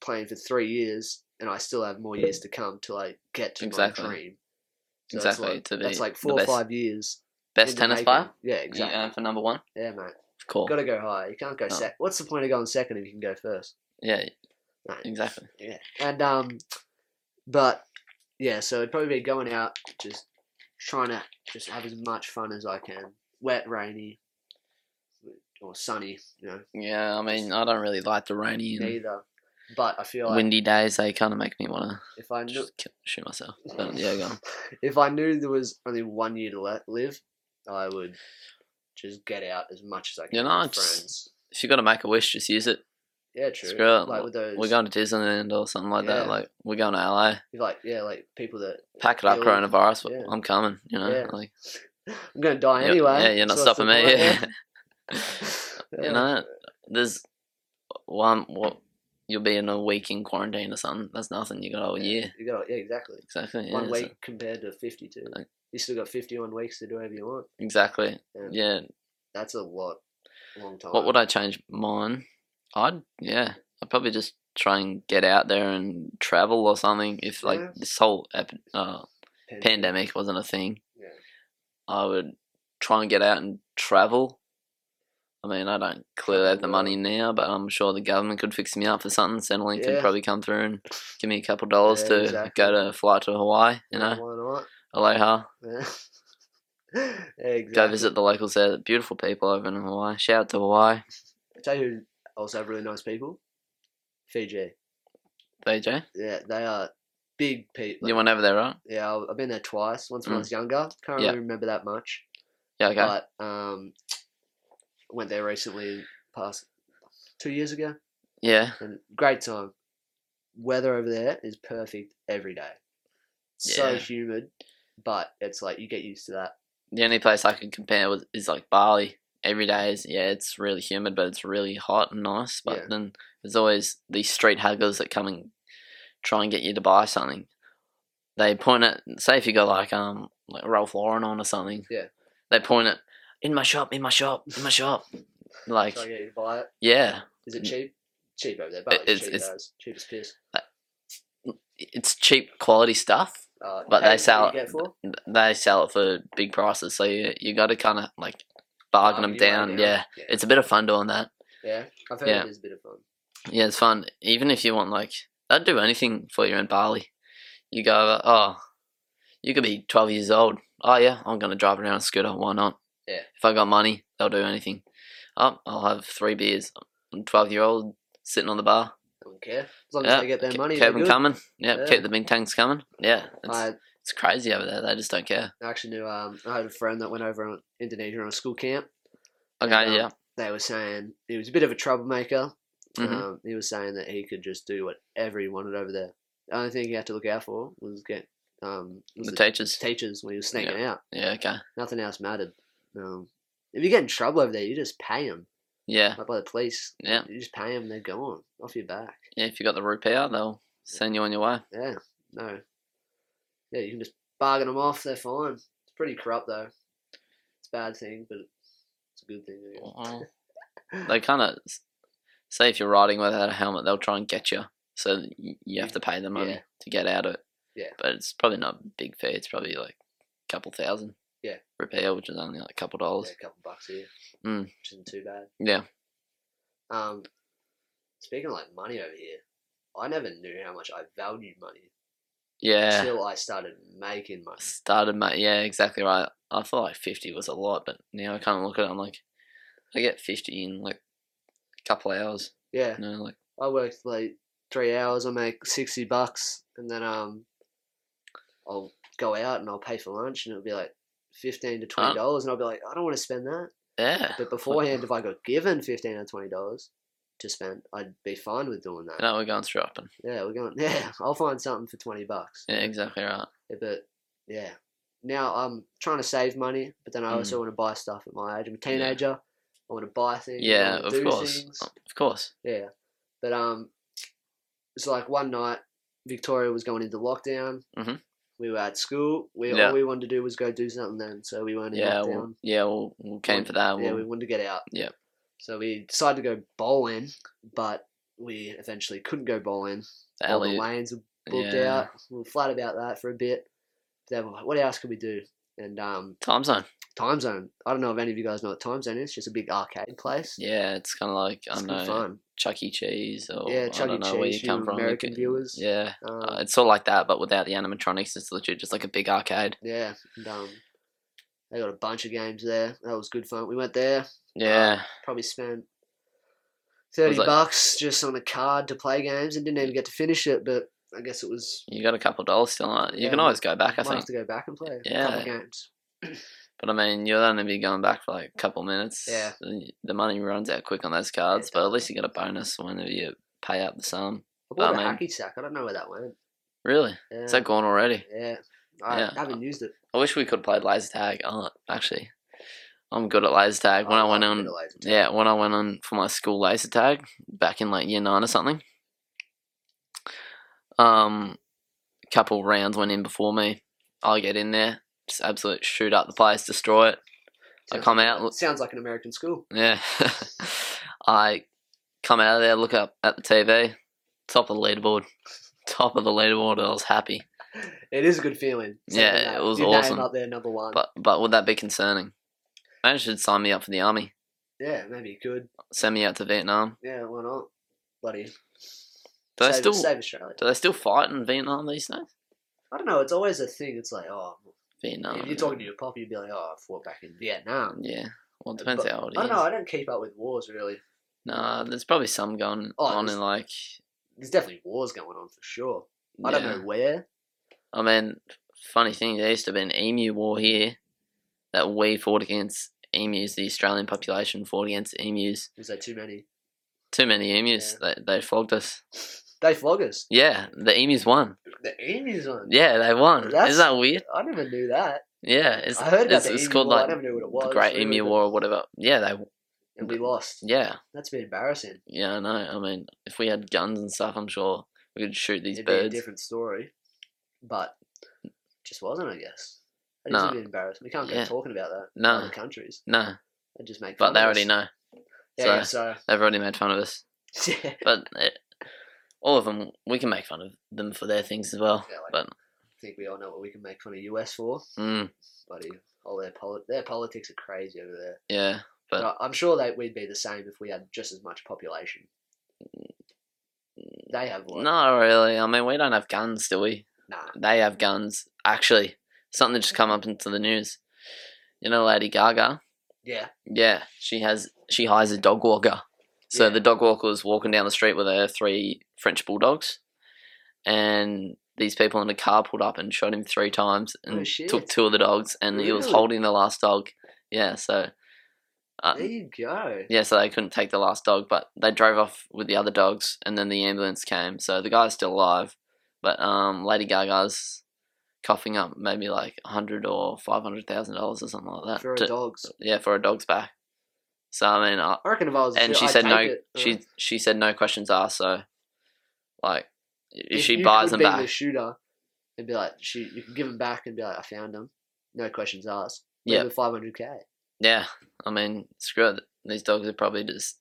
[SPEAKER 2] playing for three years, and I still have more years to come till I get to
[SPEAKER 1] Exactly.
[SPEAKER 2] my dream. it's
[SPEAKER 1] Exactly,
[SPEAKER 2] like-
[SPEAKER 1] to be
[SPEAKER 2] that's like
[SPEAKER 1] the
[SPEAKER 2] four or
[SPEAKER 1] best-
[SPEAKER 2] five years.
[SPEAKER 1] Best
[SPEAKER 2] in the
[SPEAKER 1] tennis
[SPEAKER 2] making.
[SPEAKER 1] player.
[SPEAKER 2] Yeah,
[SPEAKER 1] Exactly.
[SPEAKER 2] exactly.
[SPEAKER 1] for number one.
[SPEAKER 2] Yeah, mate.
[SPEAKER 1] Cool.
[SPEAKER 2] Got to go high. You can't go
[SPEAKER 1] No.
[SPEAKER 2] sec. What's the point of going second if you can go first?
[SPEAKER 1] Yeah.
[SPEAKER 2] Right.
[SPEAKER 1] Exactly.
[SPEAKER 2] Yeah. And um but yeah, so it'd probably be going out, just trying to just have as much fun as I can. Wet, rainy or sunny, you know,
[SPEAKER 1] Yeah. I mean, I don't really like the rainy and
[SPEAKER 2] neither. But I feel like
[SPEAKER 1] windy days. They kind of make me want to
[SPEAKER 2] if I knew
[SPEAKER 1] just kill, shoot myself. But yeah, go on.
[SPEAKER 2] if I knew there was only one year to let live, I would just get out as much as I can.
[SPEAKER 1] You know,
[SPEAKER 2] with
[SPEAKER 1] it's-
[SPEAKER 2] friends.
[SPEAKER 1] If you got to make a wish, just use it.
[SPEAKER 2] Yeah, true.
[SPEAKER 1] screw it,
[SPEAKER 2] Like with those,
[SPEAKER 1] We're going to Disneyland or something like that.
[SPEAKER 2] Yeah.
[SPEAKER 1] Like we're going to LA.
[SPEAKER 2] like yeah, like people that
[SPEAKER 1] Pack it up,
[SPEAKER 2] Ill-
[SPEAKER 1] coronavirus.
[SPEAKER 2] yeah.
[SPEAKER 1] I'm coming. You know,
[SPEAKER 2] Yeah.
[SPEAKER 1] like
[SPEAKER 2] I'm gonna die
[SPEAKER 1] you're-
[SPEAKER 2] anyway.
[SPEAKER 1] yeah, you're not
[SPEAKER 2] so what's the
[SPEAKER 1] stopping me.
[SPEAKER 2] point?
[SPEAKER 1] Yeah.
[SPEAKER 2] Yeah.
[SPEAKER 1] you know, there's one. What you'll be in a week in quarantine or something. That's nothing. You got a whole year.
[SPEAKER 2] You got yeah, exactly.
[SPEAKER 1] Exactly. Yeah,
[SPEAKER 2] one
[SPEAKER 1] so-
[SPEAKER 2] week compared to 52.
[SPEAKER 1] Like-
[SPEAKER 2] you still got 51 weeks to do whatever you want.
[SPEAKER 1] exactly.
[SPEAKER 2] And
[SPEAKER 1] Yeah.
[SPEAKER 2] That's a lot. Long time.
[SPEAKER 1] What would I change mine? I'd yeah. I'd probably just try and get out there and travel or something. If like
[SPEAKER 2] Yeah.
[SPEAKER 1] this whole epi- uh, pandemic wasn't a thing,
[SPEAKER 2] Yeah.
[SPEAKER 1] I would try and get out and travel. I mean, I don't clearly have the money now, but I'm sure the government could fix me up for something. Centrelink
[SPEAKER 2] Yeah.
[SPEAKER 1] could probably come through and give me a couple dollars
[SPEAKER 2] Yeah,
[SPEAKER 1] to
[SPEAKER 2] exactly.
[SPEAKER 1] go to a flight to Hawaii. You know,
[SPEAKER 2] Why
[SPEAKER 1] aloha.
[SPEAKER 2] not? Yeah. exactly.
[SPEAKER 1] Go visit the locals there. Beautiful people over in Hawaii. Shout out to Hawaii,
[SPEAKER 2] Tell you who also have really nice people. Fiji.
[SPEAKER 1] BJ.
[SPEAKER 2] Yeah, they are big people.
[SPEAKER 1] You went over there, right?
[SPEAKER 2] yeah, I- I've been there twice. Once when I
[SPEAKER 1] Mm.
[SPEAKER 2] was younger. Can't
[SPEAKER 1] Yeah.
[SPEAKER 2] really remember that much.
[SPEAKER 1] Yeah. Okay.
[SPEAKER 2] But um, went there recently, past two years ago.
[SPEAKER 1] yeah.
[SPEAKER 2] and great time. Weather over there is perfect every day. So
[SPEAKER 1] Yeah.
[SPEAKER 2] humid, but it's like you get used to that.
[SPEAKER 1] the only place I can compare with is like Bali. Every day is yeah, it's really humid, but it's really hot and nice. But
[SPEAKER 2] Yeah.
[SPEAKER 1] then there's always these street hagglers that come and try and get you to buy something. They point at say if you got like um like Ralph Lauren on or something.
[SPEAKER 2] Yeah.
[SPEAKER 1] They point at in my shop, in my shop, in my shop. Like
[SPEAKER 2] Try to get you to buy it.
[SPEAKER 1] yeah,
[SPEAKER 2] Is it
[SPEAKER 1] Mm.
[SPEAKER 2] cheap? Cheap over there, but
[SPEAKER 1] it's-
[SPEAKER 2] it's, cheap
[SPEAKER 1] it's-
[SPEAKER 2] as cheap as piss.
[SPEAKER 1] it's cheap quality stuff.
[SPEAKER 2] Uh,
[SPEAKER 1] But
[SPEAKER 2] how
[SPEAKER 1] they
[SPEAKER 2] much do
[SPEAKER 1] sell
[SPEAKER 2] you
[SPEAKER 1] it-
[SPEAKER 2] Get for?
[SPEAKER 1] They sell it for big prices, so you you got to kind of like bargain them
[SPEAKER 2] Bargain your way
[SPEAKER 1] down. Yeah,
[SPEAKER 2] yeah.
[SPEAKER 1] it's a bit of fun doing that.
[SPEAKER 2] yeah. I've heard
[SPEAKER 1] yeah.
[SPEAKER 2] it is a bit of fun.
[SPEAKER 1] Yeah, it's fun. Even if you want, like, I'd do anything for you in Bali. You go, uh, oh, you could be 12 years old. Oh, yeah, I'm going to drive around a scooter. Why not?
[SPEAKER 2] Yeah.
[SPEAKER 1] If I got money, they'll do anything. Oh, I'll have three beers. I'm 12 year old sitting on the bar.
[SPEAKER 2] I don't care as long
[SPEAKER 1] Yeah,
[SPEAKER 2] as they get their
[SPEAKER 1] ke-
[SPEAKER 2] money.
[SPEAKER 1] Keep
[SPEAKER 2] they're
[SPEAKER 1] them
[SPEAKER 2] good.
[SPEAKER 1] coming. Yeah,
[SPEAKER 2] Yeah.
[SPEAKER 1] keep the big tanks coming. Yeah, it's,
[SPEAKER 2] I
[SPEAKER 1] it's crazy over there. They just don't care.
[SPEAKER 2] actually knew. Um, I had a friend that went over on Indonesia on a school camp.
[SPEAKER 1] Okay,
[SPEAKER 2] um,
[SPEAKER 1] yeah.
[SPEAKER 2] They were saying he was a bit of a troublemaker.
[SPEAKER 1] hmm
[SPEAKER 2] Um, he was saying that he could just do whatever he wanted over there. The only thing he had to look out for was get um, was
[SPEAKER 1] the
[SPEAKER 2] the
[SPEAKER 1] teachers.
[SPEAKER 2] teachers when he was sneaking out.
[SPEAKER 1] yeah, okay.
[SPEAKER 2] Nothing else mattered. Um, if you get in trouble over there, you just pay them.
[SPEAKER 1] Yeah,
[SPEAKER 2] Like by the police,
[SPEAKER 1] yeah.
[SPEAKER 2] you just pay them, they're gone off your back.
[SPEAKER 1] Yeah, if you got the rupiah, they'll send you on your way.
[SPEAKER 2] Yeah, no. Yeah, you can just bargain them off. They're fine. It's pretty corrupt though. It's a bad thing, but it's a good thing. I guess.
[SPEAKER 1] Well, they kind of say if you're riding without a helmet, they'll try and get you, so that y- you have to pay the money
[SPEAKER 2] Yeah.
[SPEAKER 1] to get out of it.
[SPEAKER 2] Yeah.
[SPEAKER 1] but it's probably not a big fee. It's probably like a couple thousand.
[SPEAKER 2] Yeah.
[SPEAKER 1] repair, which is only like a couple
[SPEAKER 2] Yeah,
[SPEAKER 1] dollars.
[SPEAKER 2] a couple bucks here,
[SPEAKER 1] Mm.
[SPEAKER 2] which isn't too bad.
[SPEAKER 1] Yeah.
[SPEAKER 2] Um, speaking of like money over here, I never knew how much I valued money
[SPEAKER 1] Yeah.
[SPEAKER 2] until I started making money.
[SPEAKER 1] Started my yeah, exactly right. I thought like fifty was a lot, but now I kind of look at it. I'm like, I get fifty in like a couple of hours.
[SPEAKER 2] Yeah,
[SPEAKER 1] You know, like
[SPEAKER 2] I worked like three hours. I make sixty bucks, and then um, I'll go out and I'll pay for lunch, and it'll be like fifteen to twenty dollars, and I'll be like, I don't want to spend that.
[SPEAKER 1] yeah,
[SPEAKER 2] But beforehand, if I got given fifteen or twenty dollars to spend, I'd be fine with doing that.
[SPEAKER 1] now we're going shopping.
[SPEAKER 2] Yeah, we're going. Yeah, I'll find something for twenty bucks.
[SPEAKER 1] Yeah, exactly right.
[SPEAKER 2] Yeah, But yeah, now I'm trying to save money, but then I
[SPEAKER 1] Mm.
[SPEAKER 2] also want to buy stuff at my age. I'm a teenager. I want to buy things. I
[SPEAKER 1] Yeah,
[SPEAKER 2] wanna
[SPEAKER 1] of
[SPEAKER 2] do
[SPEAKER 1] course.
[SPEAKER 2] things.
[SPEAKER 1] Of course.
[SPEAKER 2] Yeah, but um, it's like one night Victoria was going into lockdown.
[SPEAKER 1] Mhm.
[SPEAKER 2] We were at school. We
[SPEAKER 1] Yeah.
[SPEAKER 2] all we wanted to do was go do something then, so we weren't in
[SPEAKER 1] Yeah,
[SPEAKER 2] lockdown.
[SPEAKER 1] we'll, yeah, we'll, we'll came for that.
[SPEAKER 2] Yeah,
[SPEAKER 1] We'll,
[SPEAKER 2] we wanted to get out.
[SPEAKER 1] Yep.
[SPEAKER 2] So we decided to go bowling, but we eventually couldn't go bowling.
[SPEAKER 1] the
[SPEAKER 2] All the
[SPEAKER 1] alley-
[SPEAKER 2] lanes were booked
[SPEAKER 1] yeah.
[SPEAKER 2] out. We were flat about that for a bit. Then we're like, what else could we do? And um,
[SPEAKER 1] Time zone.
[SPEAKER 2] time zone. I don't know if any of you guys know what time zone is. It's just a big arcade place.
[SPEAKER 1] Yeah, it's kind of like I
[SPEAKER 2] it's
[SPEAKER 1] don't
[SPEAKER 2] good
[SPEAKER 1] know
[SPEAKER 2] fun.
[SPEAKER 1] Chuck E. Cheese or
[SPEAKER 2] Yeah,
[SPEAKER 1] I
[SPEAKER 2] Chuck E.
[SPEAKER 1] don't know where
[SPEAKER 2] Cheese
[SPEAKER 1] you come
[SPEAKER 2] for
[SPEAKER 1] from. You
[SPEAKER 2] American
[SPEAKER 1] could-
[SPEAKER 2] viewers.
[SPEAKER 1] Yeah,
[SPEAKER 2] Um,
[SPEAKER 1] uh, it's sort of like that, but without the animatronics. It's literally just like a big arcade.
[SPEAKER 2] yeah. And, um, they got a bunch of games there. That was good fun. We went there.
[SPEAKER 1] Yeah,
[SPEAKER 2] Probably spent thirty
[SPEAKER 1] like-
[SPEAKER 2] bucks just on a card to play games, and didn't even get to finish it. But I guess it was
[SPEAKER 1] you got a couple dollars still on it. You
[SPEAKER 2] Yeah,
[SPEAKER 1] can
[SPEAKER 2] might-
[SPEAKER 1] always go back, I
[SPEAKER 2] might
[SPEAKER 1] think.
[SPEAKER 2] have to go back and play a
[SPEAKER 1] Yeah.
[SPEAKER 2] couple games.
[SPEAKER 1] But I mean, you'll only be going back for like a couple minutes.
[SPEAKER 2] Yeah.
[SPEAKER 1] The- The money runs out quick on those cards,
[SPEAKER 2] it
[SPEAKER 1] but at least you get a bonus whenever you pay up the sum.
[SPEAKER 2] I bought
[SPEAKER 1] But,
[SPEAKER 2] a
[SPEAKER 1] I mean-
[SPEAKER 2] hacky sack. I don't know where that went.
[SPEAKER 1] Really?
[SPEAKER 2] Yeah.
[SPEAKER 1] Is that gone already?
[SPEAKER 2] yeah. I
[SPEAKER 1] Yeah.
[SPEAKER 2] haven't used it.
[SPEAKER 1] I wish we could have played laser tag. Oh, actually, I'm good at laser tag. When I went
[SPEAKER 2] love a bit
[SPEAKER 1] on,
[SPEAKER 2] of laser tag.
[SPEAKER 1] yeah, when I went on for my school laser tag back in like year nine or something, um, a couple rounds went in before me. I get in there, just absolute shoot up the place, destroy it. I
[SPEAKER 2] Sounds
[SPEAKER 1] come
[SPEAKER 2] like-
[SPEAKER 1] out,
[SPEAKER 2] Sounds like an American school.
[SPEAKER 1] Yeah. I come out of there, look up at the TV, top of the leaderboard. Top of the leaderboard, I was happy.
[SPEAKER 2] It is a good feeling. seeing
[SPEAKER 1] Yeah, it was
[SPEAKER 2] Your
[SPEAKER 1] awesome.
[SPEAKER 2] Name up there, number one.
[SPEAKER 1] But but would that be concerning? Man should sign me up for the army.
[SPEAKER 2] yeah, maybe you could.
[SPEAKER 1] Send me out to Vietnam.
[SPEAKER 2] Yeah, why not? Bloody.
[SPEAKER 1] Do they
[SPEAKER 2] save,
[SPEAKER 1] still
[SPEAKER 2] save Australia.
[SPEAKER 1] do they still fight in Vietnam these days?
[SPEAKER 2] I don't know. It's always a thing. It's like, oh,
[SPEAKER 1] Vietnam.
[SPEAKER 2] if you're talking to your pop, you'd be like, oh, I fought back in Vietnam.
[SPEAKER 1] Yeah. Well it depends
[SPEAKER 2] But-
[SPEAKER 1] how old
[SPEAKER 2] I
[SPEAKER 1] he
[SPEAKER 2] don't know.
[SPEAKER 1] is.
[SPEAKER 2] I don't keep up with wars really.
[SPEAKER 1] Nah, there's probably some going
[SPEAKER 2] Oh,
[SPEAKER 1] on
[SPEAKER 2] there's-
[SPEAKER 1] in like
[SPEAKER 2] There's definitely wars going on for sure. I don't
[SPEAKER 1] yeah.
[SPEAKER 2] know where.
[SPEAKER 1] I mean, funny thing, there used to be an emu war here that we fought against emus. The Australian population fought against emus.
[SPEAKER 2] Is there too many?
[SPEAKER 1] Too many emus. They, they flogged us.
[SPEAKER 2] They flog us.
[SPEAKER 1] Yeah, the emus won.
[SPEAKER 2] The emus on.
[SPEAKER 1] Yeah, they won.
[SPEAKER 2] That's-
[SPEAKER 1] Isn't that weird?
[SPEAKER 2] I never knew that.
[SPEAKER 1] Yeah, it's,
[SPEAKER 2] I heard about
[SPEAKER 1] it's,
[SPEAKER 2] the
[SPEAKER 1] it's
[SPEAKER 2] emu
[SPEAKER 1] called
[SPEAKER 2] war. I
[SPEAKER 1] like
[SPEAKER 2] never knew what it was.
[SPEAKER 1] the Great
[SPEAKER 2] We
[SPEAKER 1] Emu
[SPEAKER 2] were-
[SPEAKER 1] War or whatever. Yeah, they.
[SPEAKER 2] and we lost.
[SPEAKER 1] Yeah,
[SPEAKER 2] That's been embarrassing.
[SPEAKER 1] yeah, I know. I mean, if we had guns and stuff, I'm sure we could shoot these
[SPEAKER 2] It'd
[SPEAKER 1] birds.
[SPEAKER 2] be a different story, but just wasn't, I guess. That
[SPEAKER 1] No.
[SPEAKER 2] is a bit embarrassing. We can't go
[SPEAKER 1] Yeah.
[SPEAKER 2] talking about that. in
[SPEAKER 1] No.
[SPEAKER 2] other countries.
[SPEAKER 1] No,
[SPEAKER 2] They just make.
[SPEAKER 1] but
[SPEAKER 2] fun
[SPEAKER 1] they
[SPEAKER 2] of
[SPEAKER 1] already
[SPEAKER 2] us.
[SPEAKER 1] know.
[SPEAKER 2] Yeah, so,
[SPEAKER 1] They've already made fun of us.
[SPEAKER 2] yeah.
[SPEAKER 1] But it, all of them, we can make fun of them for their things as well.
[SPEAKER 2] Yeah, like-
[SPEAKER 1] but
[SPEAKER 2] I think we all know what we can make fun of US for,
[SPEAKER 1] mm,
[SPEAKER 2] buddy. All their poli- their politics are crazy over there.
[SPEAKER 1] yeah,
[SPEAKER 2] But
[SPEAKER 1] But-
[SPEAKER 2] I- I'm sure that we'd be the same if we had just as much population. They have what?
[SPEAKER 1] not really. I mean, we don't have guns, do we?
[SPEAKER 2] Nah.
[SPEAKER 1] They have guns. Actually, something
[SPEAKER 2] Mm.
[SPEAKER 1] just come up into the news. You know, Lady Gaga.
[SPEAKER 2] Yeah.
[SPEAKER 1] Yeah, she has. She hires a dog walker. So
[SPEAKER 2] Yeah.
[SPEAKER 1] the dog walker was walking down the street with her three French bulldogs, and these people in a car pulled up and shot him three times and
[SPEAKER 2] Oh, shit.
[SPEAKER 1] took two of the dogs, and he was
[SPEAKER 2] Really?
[SPEAKER 1] holding the last dog. Yeah, so. Uh,
[SPEAKER 2] There you go.
[SPEAKER 1] yeah, so they couldn't take the last dog, but they drove off with the other dogs, and then the ambulance came. So the guy's still alive, but um, Lady Gaga's coughing up maybe like a hundred or five hundred thousand dollars or something like that.
[SPEAKER 2] For
[SPEAKER 1] to-
[SPEAKER 2] dogs.
[SPEAKER 1] yeah, for a dog's back. So I mean, I,
[SPEAKER 2] I reckon if I was, a
[SPEAKER 1] and
[SPEAKER 2] fi-
[SPEAKER 1] she
[SPEAKER 2] I'd
[SPEAKER 1] said
[SPEAKER 2] take
[SPEAKER 1] no.
[SPEAKER 2] it, uh,
[SPEAKER 1] She she said no questions asked. So, like, if,
[SPEAKER 2] if
[SPEAKER 1] she
[SPEAKER 2] you
[SPEAKER 1] buys
[SPEAKER 2] could
[SPEAKER 1] them
[SPEAKER 2] be
[SPEAKER 1] back,
[SPEAKER 2] The shooter, and be like, she, you can give them back and be like, I found them, no questions asked.
[SPEAKER 1] Yeah. Uh,
[SPEAKER 2] Yeah, five hundred k.
[SPEAKER 1] yeah. I mean, screw it. These dogs are probably just